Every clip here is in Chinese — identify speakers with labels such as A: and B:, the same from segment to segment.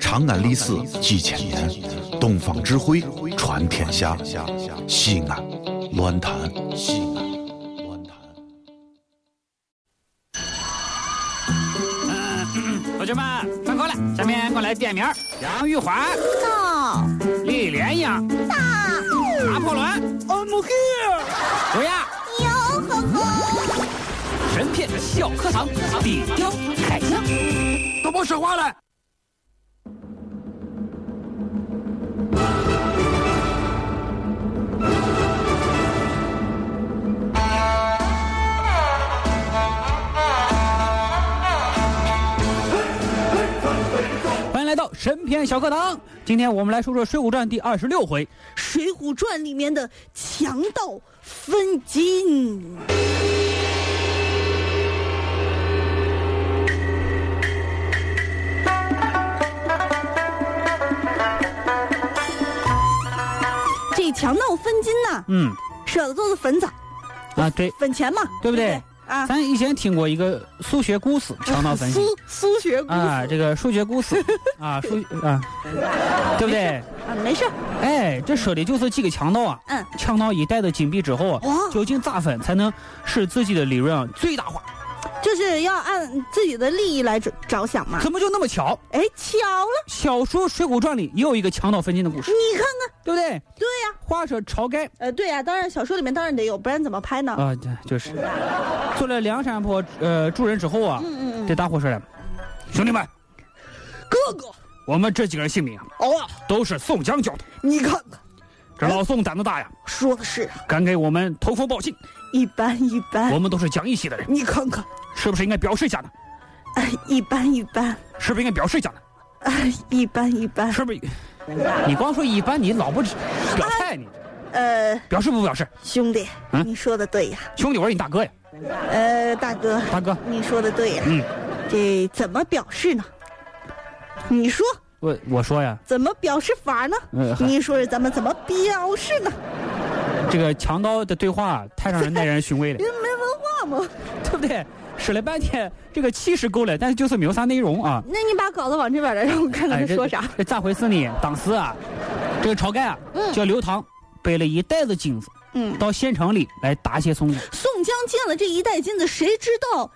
A: 长安历史几千年，东方智慧传天下。西安，乱谈西安，乱谈。
B: 同学们，上课了，下面我来点名儿：杨玉环、
C: 到
B: 李莲英、拿破仑、I'm here。乌鸦，
C: 哟呵呵，
B: 神片小课堂，低调开讲。都别说话了。欢迎来到神片小课堂，今天我们来说说《水浒传》第二十六回。
C: 《水浒传》里面的强盗分金，这强盗分金呐，
B: 嗯，
C: 舍得做的粉子，
B: 啊对，
C: 粉钱嘛，
B: 对不对
C: 啊，
B: 咱以前听过一个数学故事，强盗分析。
C: 苏苏学姑
B: 啊，这个数学故 事啊，数啊，对不对？
C: 啊，没事儿，
B: 哎，这说的就是几个强盗啊，
C: 嗯，
B: 抢到一袋的金币之后啊，
C: 哇
B: 究竟咋分才能使自己的利润啊最大化？
C: 就是要按自己的利益来着着想嘛。
B: 怎么就那么巧？
C: 哎，巧了，
B: 小说《水浒传》里也有一个强盗分金的故事，
C: 你看看，
B: 对不对？
C: 对呀、
B: 话说晁盖
C: 呃，对呀、当然小说里面当然得有，不然怎么拍呢？
B: 啊，就是做了梁山泊呃主人之后啊，
C: 嗯嗯嗯，
B: 这大伙说了，兄弟们，
C: 哥哥，
B: 我们这几个人姓名啊
C: 哦，
B: 都是宋江教的，
C: 你看看，
B: 这老宋胆子大呀，
C: 说的是啊。
B: 敢给我们投风报信，
C: 一般一般
B: 我，们都是讲义气的人，
C: 你看看，
B: 是不是应该表示一下呢？
C: 哎，一般一般，
B: 是不是应该表示一下呢？
C: 哎，一般一般，
B: 是不是？你光说一般，你老不表态，你
C: 呃，
B: 表示不表示？
C: 兄弟，
B: 嗯
C: 你说的对呀，
B: 兄弟，我是你大哥呀，
C: 呃，大哥，
B: 大哥，
C: 你说的对呀，
B: 嗯，
C: 这怎么表示呢？你说
B: 我我说呀，
C: 怎么表示法呢？
B: 呃，
C: 你说是咱们怎么表示呢？
B: 这个强盗的对话太让人耐人寻味 了，
C: 人没文化吗？
B: 对不对？使了半天，这个气势够了，但是就是没有啥内容啊。
C: 那你把稿子往这边来，让我看看
B: 哎，
C: 他
B: 这
C: 说啥。？
B: 这咋回事呢？当时啊，这个晁盖啊，叫刘唐背了一袋子金子
C: 嗯，
B: 到县城里来答谢宋江，
C: 宋江见了这一袋金子，谁知道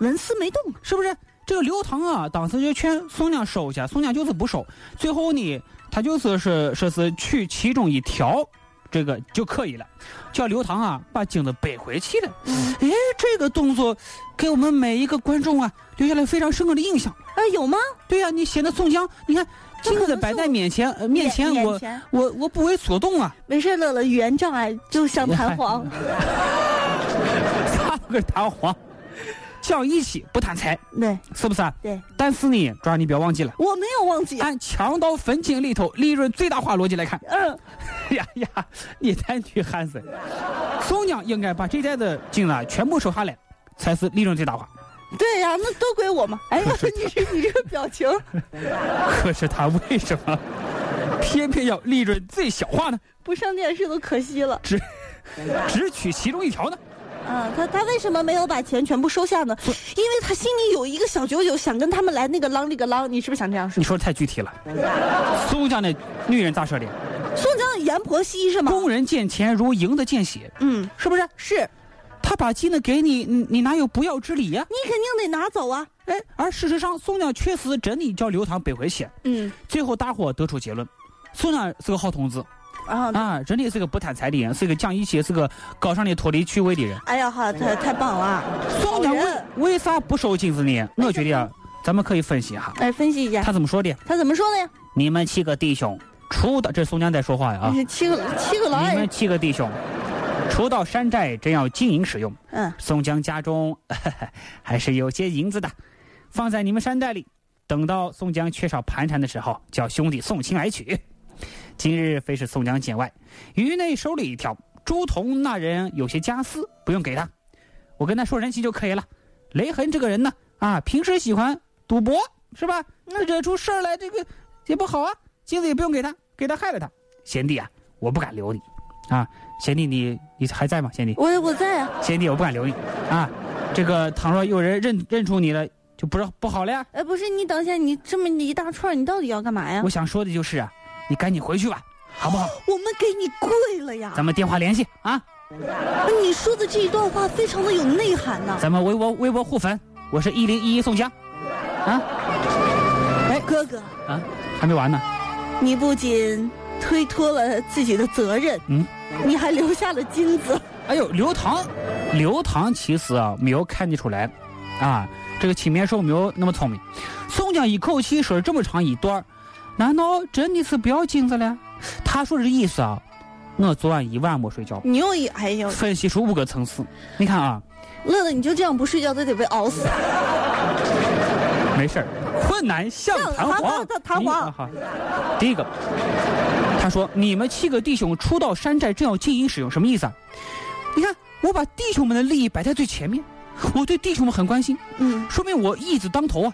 C: 纹丝没动啊？
B: 是不是？这个刘唐啊，当时就劝宋江收下，宋江就是不收。最后呢，他就是说说是取其中一条，这个就可以了。叫刘唐啊，把金子背回去了。
C: 嗯
B: 哎，这个动作给我们每一个观众啊留下了非常深刻的印象。
C: 哎，有吗？
B: 对呀、你显得宋江，你看金子摆在面前，呃面前
C: 眼
B: 我
C: 前
B: 我我不为所动啊，
C: 没事，乐乐，语言障碍就像 弹簧。
B: 他不是弹簧，讲义气不贪财，
C: 对
B: 是不是、啊？
C: 对，
B: 但是呢，抓你不要忘记了。
C: 我没有 忘记。哎
B: 按强盗分金里头利润最大化逻辑来看，
C: 嗯，
B: 呀呀，你太女汉子！宋江应该把这袋子金啊全部收下来，才是利润最大化。
C: 对呀、那都归我嘛。哎呀，
B: 是
C: 你这你这个表情，
B: 可是他为什么偏偏要利润最小化呢？
C: 不上电视都可惜了。
B: 只只取其中一条呢？
C: 啊，他他为什么没有把钱全部收下呢？因为他心里有一个小九九，想跟他们来那个啷里个啷。你是不是想这样说
B: 你？说的太具体了。宋江的女人咋说的？
C: 宋江阎婆惜是吗？
B: 工人见钱如蝇的见血，
C: 嗯，
B: 是不是？
C: 是
B: 他把金子给你，你你哪有不要之理呀、
C: 你肯定得拿走啊。
B: 哎，而事实上，宋江确实真的叫刘唐背回去。
C: 嗯，
B: 最后，大伙得出结论：宋江是个好同志。
C: 啊，
B: 啊，真的是个不贪财的人，是个讲义气，是个高尚的脱离趣味的人。
C: 哎呀哈，太太棒了。啊
B: 宋江为为啥不收金子呢？我觉得啊，咱们可以分析一下，
C: 来哎分析一下，
B: 他怎么说的？
C: 他怎么说的呀？
B: 你们七个弟兄，出到这宋江在说话呀啊！
C: 是七个七个老
B: 你
C: 矮
B: 们
C: 人。
B: 七个弟兄，除到山寨，真要经营使用。
C: 嗯，
B: 宋江家中 还是有些银子的，放在你们山寨里，等到宋江缺少盘缠的时候，叫兄弟宋清来取。今日非是宋江见外，于内收了一条。朱仝那人有些家私，不用给他，我跟他说人情就可以了。雷痕这个人呢，啊，平时喜欢赌博，是吧？那惹出事儿来，这个也不好啊。金子也不用给他，给他害了他。贤弟啊，我不敢留你，啊，贤弟你你还在吗？贤弟。
C: 我我在啊。
B: 贤弟，我不敢留你啊！这个倘若有人认认出你了，就不是不好了呀。
C: 哎，不是，你等一下，你这么一大串，你到底要干嘛呀
B: 我？想说的就是啊，你赶紧回去吧，好不好？
C: 我们给你跪了呀！
B: 咱们电话联系啊，
C: 你说的这一段话非常的有内涵呐、
B: 咱们微博微博互粉，我是一零一一宋江，啊
C: 哎哥哥，
B: 啊，还没完呢，
C: 你不仅推脱了自己的责任，
B: 嗯，
C: 你还留下了金子。
B: 哎呦，刘唐，刘唐其实啊没有看得出来，啊，这个秦面兽没有那么聪明。宋江一口气说了这么长一段儿，难道真的是不要金子了？他说这意思啊，我昨晚一晚没睡觉，
C: 你又一哎呦，
B: 分析出五个层次。你看啊，
C: 乐乐，你就这样不睡觉都得被熬死。
B: 没事儿，困难像弹簧。
C: 像弹簧弹簧
B: 你啊好第一个，他说：“你们七个弟兄初到山寨，正要进行使用，什么意思啊？你看，我把弟兄们的利益摆在最前面， 我对弟兄们很关心，
C: 嗯，
B: 说明我义字当头啊。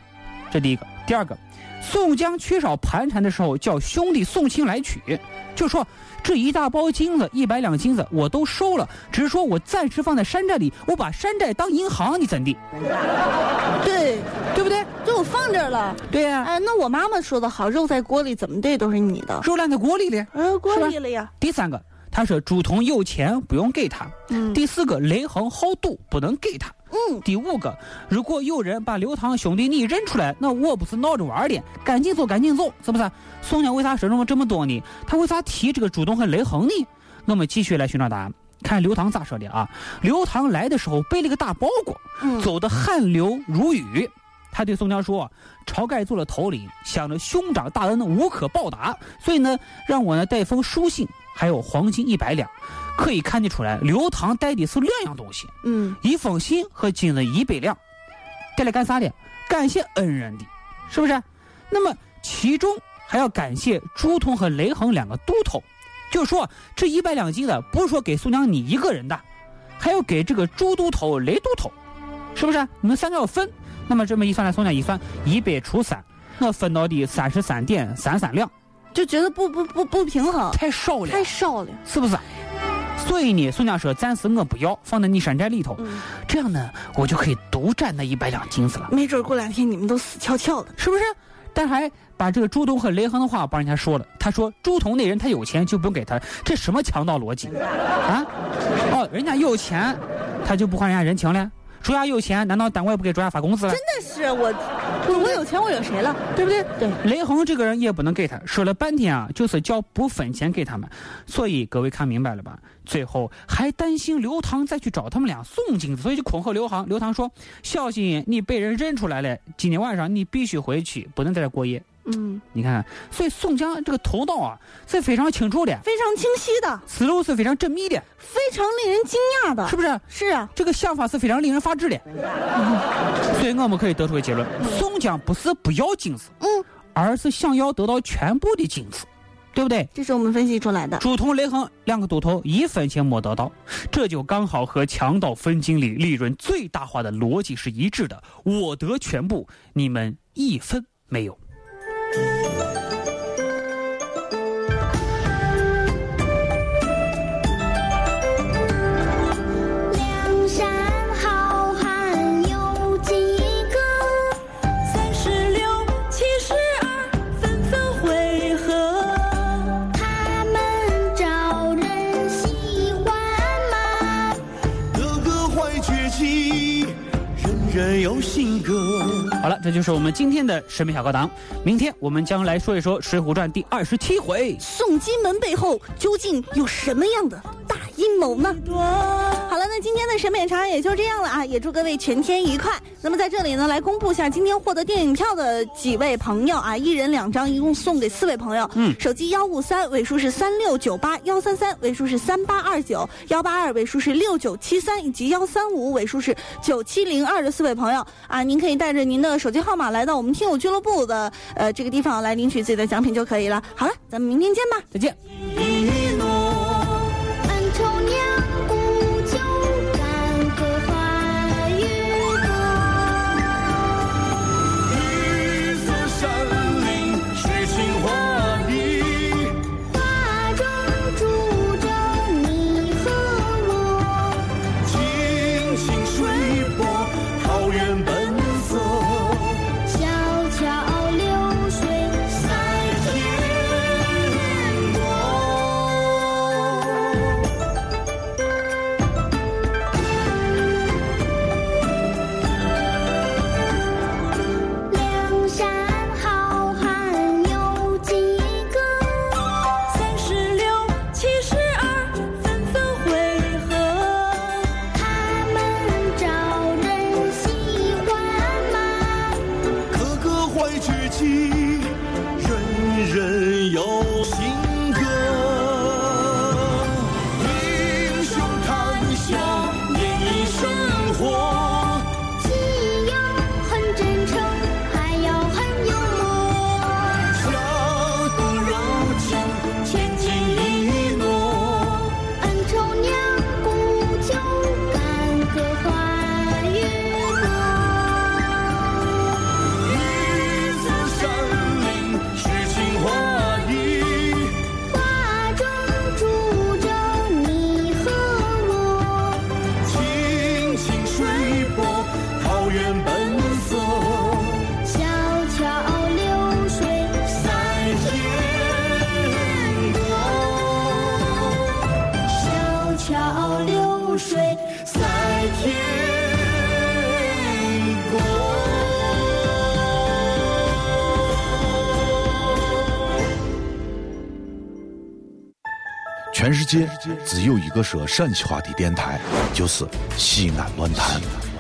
B: 这第一个。第二个，宋江缺少盘缠的时候，叫兄弟送亲来取，就说这一大包金子，一百两金子我都收了，只是说我暂时放在山寨里，我把山寨当银行，你怎地，
C: 对，
B: 对不对？
C: 就我放这儿了。
B: 对呀、
C: 哎，那我妈妈说的好，肉在锅里怎么对都是你的。
B: 肉烂在锅里了呀。
C: 嗯、锅
B: 是吧
C: 里了呀。
B: 第三个，他说主童有钱不用给他。
C: 嗯
B: 第四个，雷横好赌不能给他。
C: 嗯，
B: 第五个，如果有人把刘唐兄弟你认出来，那我不是闹着玩儿的，赶紧走，赶紧走，是不是？宋江为啥说这么这么多呢？他为啥提这个主动和雷横呢？我们继续来寻找答案，看刘唐咋说的啊？刘唐来的时候背了个大包裹，
C: 嗯
B: 走得汗流如雨。他对宋江说：“晁盖做了头领，想着兄长大恩无可报答，所以呢，让我呢带封书信，还有黄金一百两。可以看得出来，刘唐带的是两样东西，
C: 嗯，
B: 一封信和金子一百两，带来干啥的？感谢恩人的，是不是？那么其中还要感谢朱仝和雷横两个都头，就是说这一百两金子不是说给宋江你一个人的，还要给这个朱都头、雷都头，是不是？你们三个要分。那么这么一算来，宋江一算，一百除三，我分到的三十三点三三两，
C: 就觉得不不不不平衡，
B: 太少了，
C: 太少了。
B: 是不是？所以呢，宋江说暂时我不要，放在你山寨里头。
C: 嗯，
B: 这样呢，我就可以独占那一百两金子了，
C: 没准过两天你们都死翘翘的。
B: 是不是？但还把这个朱仝和雷横的话帮人家说了。他说朱仝那人他有钱就不用给他，这什么强盗逻辑啊？哦，人家有钱，他就不还人家人情了。卓家有钱，难道单位不给卓家发工资了？
C: 但是啊我，我我有钱，我有谁了？
B: 对不对？
C: 对
B: 雷横这个人也不能给他，说了半天啊，就是交不分钱给他们。所以各位看明白了吧？最后还担心刘唐再去找他们俩送金子，所以就恐吓刘唐。刘唐说：“小心你被人认出来了，今天晚上你必须回去，不能在这过夜。
C: 嗯，”
B: 你看看，所以宋江这个头脑啊是非常清楚的，
C: 非常清晰的，
B: 思路是非常缜密的，
C: 非常令人惊讶的
B: 是。不是？
C: 是啊，
B: 这个想法是非常令人发指的。所以我们可以得出个结论：宋江不是不要金子，
C: 嗯，
B: 而是想要得到全部的金子，对不对？
C: 这是我们分析出来的。
B: 朱仝、雷横两个都头一分钱没得到，这就刚好和强盗分金里利润最大化的逻辑是一致的。我得全部，你们一分没有。
D: 梁山好汉有几个？
E: 三十六，七十二，纷纷汇合。
D: 他们招人喜欢吗？
A: 个个怀绝技，人人有性格。
B: 好了，这就是我们今天的审美小课堂。明天我们将来说一说《水浒传》第二十七回。
C: 宋金门背后究竟有什么样的大阴谋呢？好了，那今天的审美茶也就这样了啊，也祝各位全天愉快。那么在这里呢，来公布一下今天获得电影票的几位朋友啊，一人两张，一共送给四位朋友。
B: 嗯
C: 手机幺五三尾数是三六九八，幺三三尾数是三八二九，幺八二尾数是六九七三，以及幺三五尾数是九七零二的四位朋友啊，您可以带着您的手机号码来到我们听友俱乐部的呃这个地方来领取自己的奖品就可以了。好了，咱们明天见吧。
B: 再见。
D: 恩仇两股就干个花与歌。
A: 绿色山林诗情画意，
D: 画中住着你和我，
A: 青青水波，桃源本色。
F: 起，人人有新歌。英雄谈笑，演绎生活。
D: 既要很真诚，还要很幽默。
F: 侠骨柔情，千金一诺。
D: 恩仇两不久，干戈化云波。
F: 日子山林，诗情画意。
D: 画中住着你和我，
F: 清清水波，桃源本色。
D: 小桥流水
F: 在天歌，
D: 小桥流水
F: 在天歌。
A: 全世界只有一个说陕西话的电台，就是西安乱坛。